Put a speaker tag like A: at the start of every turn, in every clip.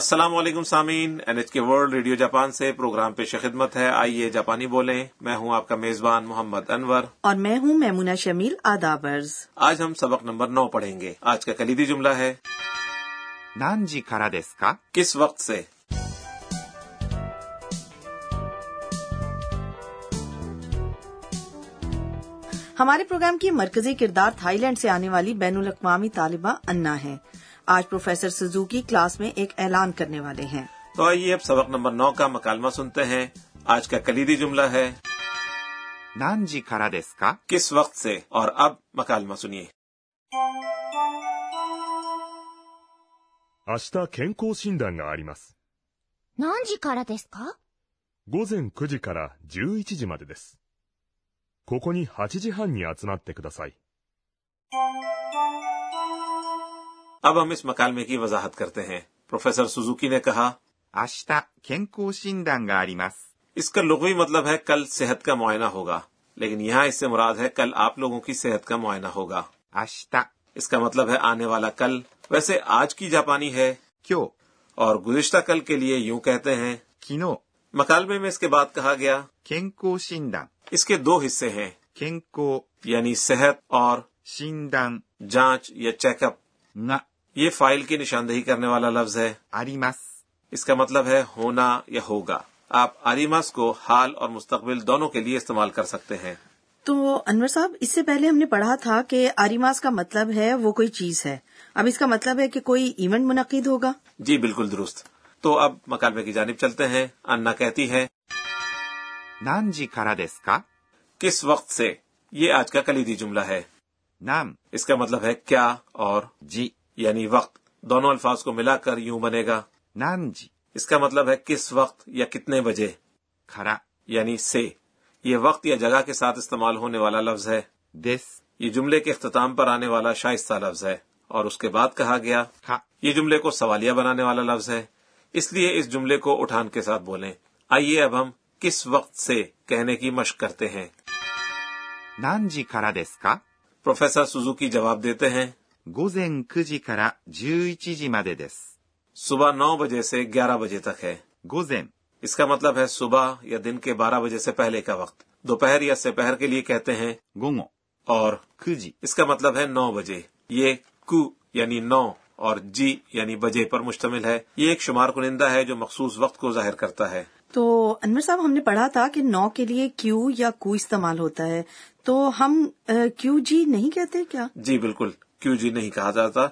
A: السلام علیکم سامعین N H K world radio Japan سے پروگرام پیش خدمت ہے آئیے جاپانی بولیں میں ہوں آپ کا میزبان محمد انور
B: اور میں ہوں میمونہ شمیل آدابرز
A: آج ہم سبق نمبر نو پڑھیں گے آج کا کلیدی جملہ ہے
C: 何時からですか
A: کس وقت سے
B: ہمارے پروگرام کی مرکزی کردار تھائی لینڈ سے آنے والی بین الاقوامی طالبہ انا ہے آج پروفیسر سزوکی کلاس میں ایک اعلان کرنے والے ہیں
A: تو آئیے اب سبق نمبر نو کا مکالمہ سنتے ہیں آج کا کلیدی جملہ ہے
C: 何時からですか
A: کس وقت سے اور اب مکالمہ سنیے
D: 明日健康診断があります。
E: 何時からですか
D: 午前9時から11時までです。ここに8時半に集まってください。
A: اب ہم اس مکالمے کی وضاحت کرتے ہیں پروفیسر سوزوکی نے کہا
C: 明日、健康診断があります。
A: اس کا لغوی مطلب ہے کل صحت کا معائنہ ہوگا لیکن یہاں اس سے مراد ہے کل آپ لوگوں کی صحت کا معائنہ ہوگا
C: 明日、今
A: اس کا مطلب ہے آنے والا کل ویسے آج کی جاپانی ہے
C: 日、
A: اور گزشتہ کل کے لیے یوں کہتے ہیں
C: 昨日、
A: مکالمے میں اس کے بعد کہا گیا
C: 健康診断、
A: اس کے دو حصے ہیں
C: 健康、
A: یعنی صحت اور
C: 診断
A: جانچ یا چیک اپ
C: が
A: یہ فائل کی نشاندہی کرنے والا لفظ ہے
C: あります。
A: اس کا مطلب ہے ہونا یا ہوگا آپ آریماس کو حال اور مستقبل دونوں کے لیے استعمال کر سکتے ہیں
B: تو انور صاحب اس سے پہلے ہم نے پڑھا تھا کہ آریماس کا مطلب ہے وہ کوئی چیز ہے اب اس کا مطلب ہے کہ کوئی ایونٹ منعقد ہوگا
A: جی بالکل درست تو اب مکالمے کی جانب چلتے ہیں انا کہتی ہے
C: 何時からですか
A: کس وقت سے یہ آج کا کلیدی جملہ ہے
C: 何
A: اس کا مطلب ہے کیا اور
C: 時、
A: یعنی وقت دونوں الفاظ کو ملا کر یوں بنے گا
C: 何時
A: اس کا مطلب ہے کس وقت یا کتنے بجے
C: から、
A: یعنی سے یہ وقت یا جگہ کے ساتھ استعمال ہونے والا لفظ ہے
C: です、
A: یہ جملے کے اختتام پر آنے والا شائستہ لفظ ہے اور اس کے بعد کہا گیا
C: か、
A: یہ جملے کو سوالیہ بنانے والا لفظ ہے اس لیے اس جملے کو اٹھان کے ساتھ بولیں آئیے اب ہم کس وقت سے کہنے کی مشق کرتے ہیں
C: 何時からですか
A: پروفیسر سوزوکی جواب دیتے ہیں
C: 午前9時から11時までです。
A: صبح نو بجے سے گیارہ بجے تک ہے
C: 午前、
A: اس کا مطلب ہے صبح یا دن کے بارہ بجے سے پہلے کا وقت دوپہر یا سپہر کے لیے کہتے ہیں
C: 午後、
A: اور
C: 9時、
A: اس کا مطلب ہے نو بجے یہ کو یعنی نو اور جی یعنی بجے پر مشتمل ہے یہ ایک شمار کنندہ ہے جو مخصوص وقت کو ظاہر کرتا ہے
B: تو انور صاحب ہم نے پڑھا تھا کہ نو کے لیے کیو یا کو استعمال ہوتا ہے تو ہم اے، کیو جی نہیں کہتے کیا
A: جی بالکل کیو جی نہیں کہا جاتا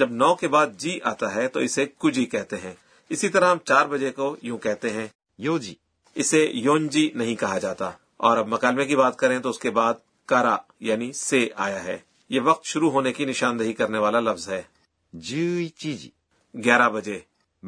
A: جب نو کے بعد جی آتا ہے تو اسے کو جی کہتے ہیں اسی طرح ہم چار بجے کو یوں کہتے ہیں
C: 4時、
A: اسے یون جی نہیں کہا جاتا اور اب مکالمے کی بات کریں تو اس کے بعد کارا یعنی سے آیا ہے یہ وقت شروع ہونے کی نشاندہی کرنے والا لفظ ہے
C: 11時
A: گیارہ بجے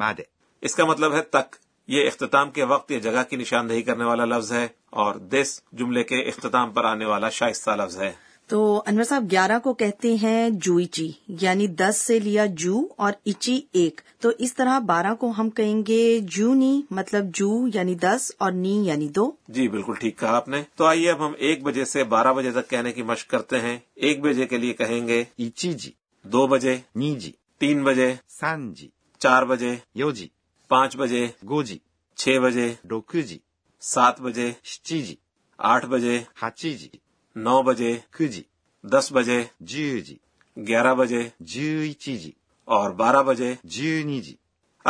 C: まで。
A: اس کا مطلب ہے تک یہ اختتام کے وقت یا جگہ کی نشاندہی کرنے والا لفظ ہے اور دس جملے کے اختتام پر آنے والا شائستہ لفظ ہے
B: تو انور صاحب گیارہ کو کہتے ہیں جوئچی یعنی دس سے لیا جو اور اچی ایک تو اس طرح بارہ کو ہم کہیں گے جونی مطلب جو یعنی دس اور نی یعنی دو
A: جی بالکل ٹھیک کہا آپ نے تو آئیے اب ہم ایک بجے سے بارہ بجے تک کہنے کی مشق کرتے ہیں ایک بجے کے لیے کہیں گے
C: 1時、
A: دو بجے
C: 2時、
A: تین بجے
C: 3時、
A: چار بجے
C: 4時、
A: پانچ بجے
C: 5時、
A: چھ بجے
C: 6時、
A: سات بجے
C: 7時、
A: آٹھ بجے
C: 8時、
A: نو بجے
C: 9時、
A: دس بجے
C: 10時、
A: گیارہ بجے
C: 11時、
A: اور بارہ بجے
C: 12時、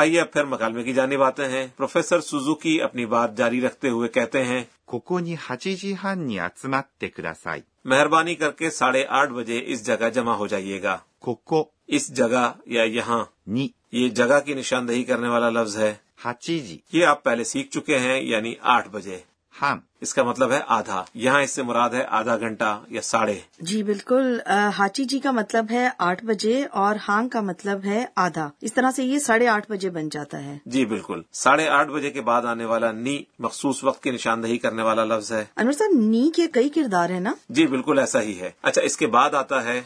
A: آئیے اب پھر مکالمے کی جانب آتے ہیں پروفیسر سوزوکی اپنی بات جاری رکھتے ہوئے کہتے ہیں
C: ここに8時半に集まってください。
A: مہربانی کر کے ساڑھے آٹھ بجے اس جگہ جمع ہو جائیے گا
C: ここ
A: اس جگہ یا یہاں
C: に
A: یہ جگہ کی نشاندہی کرنے والا لفظ ہے
C: 8時
A: یہ آپ پہلے سیکھ چکے ہیں یعنی آٹھ بجے
C: 半、
A: اس کا مطلب ہے آدھا یہاں اس سے مراد ہے آدھا گھنٹہ یا ساڑھے
B: جی بالکل آ، ہاچی جی کا مطلب ہے آٹھ بجے اور ہانگ کا مطلب ہے آدھا اس طرح سے یہ ساڑھے آٹھ بجے بن جاتا ہے
A: جی بالکل ساڑھے آٹھ بجے کے بعد آنے والا نی مخصوص وقت کی نشاندہی کرنے والا لفظ ہے
B: انور صاحب نی کے کئی کردار ہیں نا
A: جی بالکل ایسا ہی ہے اچھا اس کے بعد آتا ہے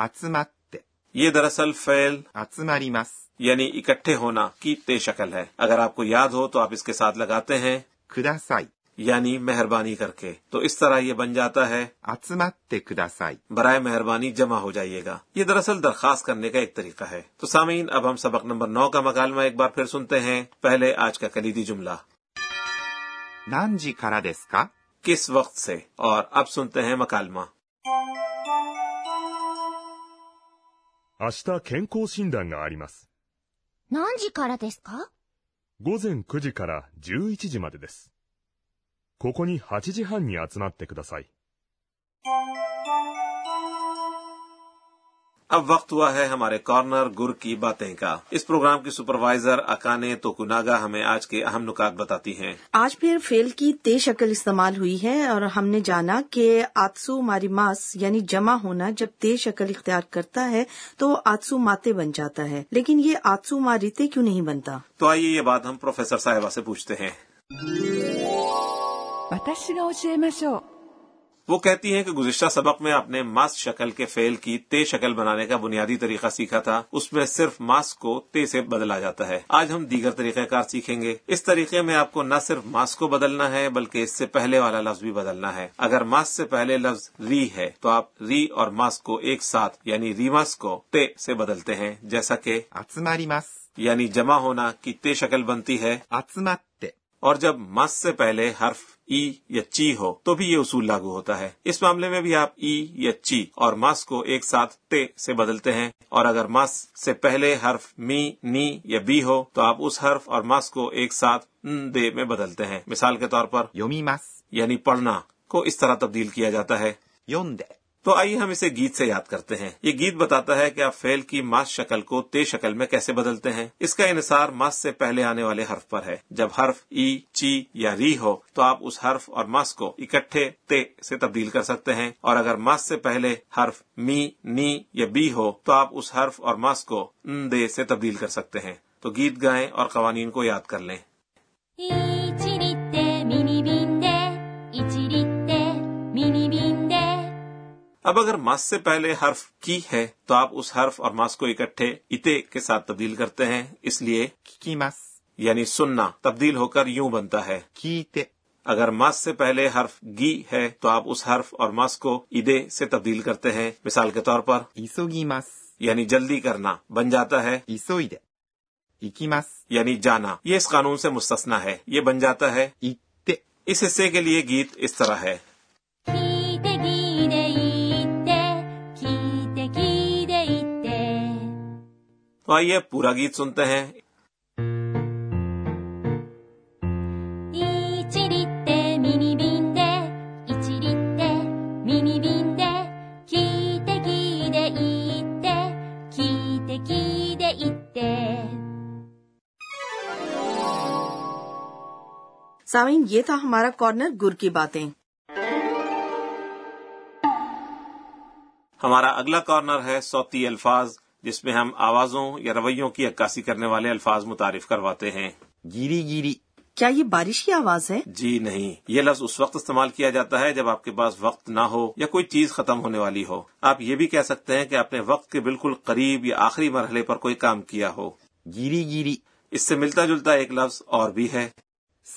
C: 集まって、
A: یہ دراصل فعل
C: 集まります、
A: یعنی اکٹھے ہونا کی تے شکل ہے اگر آپ کو یاد ہو تو آپ اس کے ساتھ لگاتے ہیں
C: ください、
A: یعنی مہربانی کر کے تو اس طرح یہ بن جاتا ہے
C: 集まってください。
A: برائے مہربانی جمع ہو جائیے گا یہ دراصل درخواست کرنے کا ایک طریقہ ہے تو سامعین اب ہم سبق نمبر نو کا مکالمہ ایک بار پھر سنتے ہیں پہلے آج کا کلیدی جملہ
C: 何時からですか
A: کس وقت سے اور اب سنتے ہیں مکالمہ
D: 明日健康診断があります。
E: 何時からですか
D: 午前9時から11時までです。ここに8時半に集まってください。
A: اب وقت ہوا ہے ہمارے کارنر گر کی باتیں کا اس پروگرام کی سپروائزر اکانے توکناگا ہمیں آج کے اہم نکات بتاتی ہیں
B: آج پھر فیل کی تے شکل استعمال ہوئی ہے اور ہم نے جانا کہ آتسو ماری ماس یعنی جمع ہونا جب تے شکل اختیار کرتا ہے تو آتسو ماتے بن جاتا ہے لیکن یہ آتسو ماریتے کیوں نہیں بنتا
A: تو آئیے یہ بات ہم پروفیسر صاحبہ سے پوچھتے ہیں
F: 私が教えましょう
A: وہ کہتی ہیں کہ گزشتہ سبق میں آپ نے ماس شکل کے فعل کی تے شکل بنانے کا بنیادی طریقہ سیکھا تھا اس میں صرف ماس کو تے سے بدلا جاتا ہے آج ہم دیگر طریقہ کار سیکھیں گے اس طریقے میں آپ کو نہ صرف ماس کو بدلنا ہے بلکہ اس سے پہلے والا لفظ بھی بدلنا ہے اگر ماس سے پہلے لفظ ری ہے تو آپ ری اور ماس کو ایک ساتھ یعنی ریماس کو تے سے بدلتے ہیں جیسا کہ
C: 集まります。
A: یعنی جمع ہونا کی تے شکل بنتی ہے
C: 集まって。
A: اور جب مس سے پہلے حرف ای یا چی ہو تو بھی یہ اصول لاگو ہوتا ہے اس معاملے میں بھی آپ ای یا چی اور مس کو ایک ساتھ تے سے بدلتے ہیں اور اگر مس سے پہلے حرف می نی یا بی ہو تو آپ اس حرف اور مس کو ایک ساتھ ن دے میں بدلتے ہیں مثال کے طور پر
C: 読みます。
A: یعنی پڑھنا کو اس طرح تبدیل کیا جاتا ہے
C: 読んで。
A: تو آئیے ہم اسے گیت سے یاد کرتے ہیں یہ گیت بتاتا ہے کہ آپ فعل کی ماس شکل کو تے شکل میں کیسے بدلتے ہیں اس کا انحصار ماس سے پہلے آنے والے حرف پر ہے جب حرف ای چی یا ری ہو تو آپ اس حرف اور ماس کو اکٹھے تے سے تبدیل کر سکتے ہیں اور اگر ماس سے پہلے حرف می نی یا بی ہو تو آپ اس حرف اور ماس کو ن دے سے تبدیل کر سکتے ہیں تو گیت گائیں اور قوانین کو یاد کر لیں
E: 1リッテミニ瓶で、1リッテミニ瓶で、
A: اب اگر ماس سے پہلے حرف کی ہے تو آپ اس حرف اور ماس کو اکٹھے اتے کے ساتھ تبدیل کرتے ہیں اس لیے
C: 聞きます。
A: یعنی سننا تبدیل ہو کر یوں بنتا ہے
C: 聞いて。
A: اگر ماس سے پہلے حرف گی ہے تو آپ اس حرف اور ماس کو ایدے سے تبدیل کرتے ہیں مثال کے طور پر
C: 急ぎます。
A: یعنی جلدی کرنا بن جاتا ہے
C: 急いで。行きます。
A: یعنی جانا یہ اس قانون سے مستثنا ہے یہ بن جاتا ہے
C: 行って。
A: اس حصے کے لیے گیت اس طرح ہے
E: 聞いて聞いて言って、聞いて聞いて言って。
A: تو آئیے پورا گیت سنتے ہیں
E: 1リッテミニ瓶で1リッテミニ瓶で聞いて聞いて言って聞いて聞いて言って
B: سامعین یہ تھا ہمارا کارنر گر کی باتیں
A: ہمارا اگلا کارنر ہے صوتی الفاظ جس میں ہم آوازوں یا رویوں کی عکاسی کرنے والے الفاظ متعارف کرواتے ہیں
C: ギリギリ。
B: کیا یہ بارش کی آواز ہے
A: جی نہیں یہ لفظ اس وقت استعمال کیا جاتا ہے جب آپ کے پاس وقت نہ ہو یا کوئی چیز ختم ہونے والی ہو آپ یہ بھی کہہ سکتے ہیں کہ آپ نے وقت کے بالکل قریب یا آخری مرحلے پر کوئی کام کیا ہو
C: ギリギリ。
A: اس سے ملتا جلتا ایک لفظ اور بھی ہے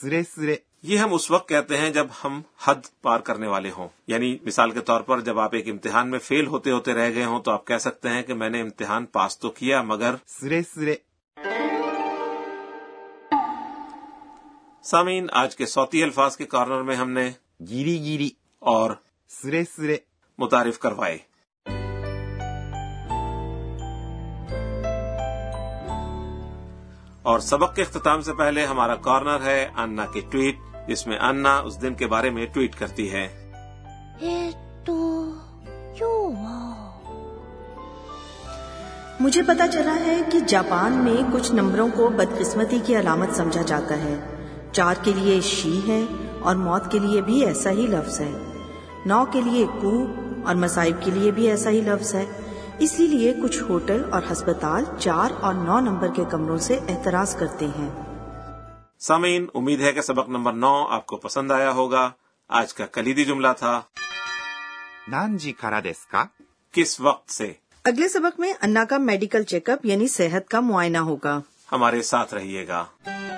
C: スレスレ。
A: یہ ہم اس وقت کہتے ہیں جب ہم حد پار کرنے والے ہوں یعنی مثال کے طور پر جب آپ ایک امتحان میں فیل ہوتے ہوتے رہ گئے ہوں تو آپ کہہ سکتے ہیں کہ میں نے امتحان پاس تو کیا مگر
C: スレスレ。
A: سامعین آج کے صوتی الفاظ کے کارنر میں ہم نے
C: ギリギリ。
A: اور
C: スレスレ。
A: متعارف کروائے اور سبق کے اختتام سے پہلے ہمارا کارنر ہے انا کی ٹویٹ جس میں انا اس دن کے بارے میں ٹویٹ کرتی ہے
E: えっと今日は
B: مجھے پتا چلا ہے کہ جاپان میں کچھ نمبروں کو بدقسمتی کی علامت سمجھا جاتا ہے چار کے لیے شی ہے اور موت کے لیے بھی ایسا ہی لفظ ہے نو کے لیے کو اور مصائب کے لیے بھی ایسا ہی لفظ ہے اسی لیے کچھ ہوٹل اور ہسپتال چار اور نو نمبر کے کمروں سے احتراز کرتے ہیں
A: سامعین امید ہے کہ سبق نمبر نو آپ کو پسند آیا ہوگا آج کا کلیدی جملہ تھا
C: 何時からですか
A: کس وقت سے
B: اگلے سبق میں انا کا میڈیکل چیک اپ یعنی صحت کا معائنہ ہوگا
A: ہمارے ساتھ رہیے گا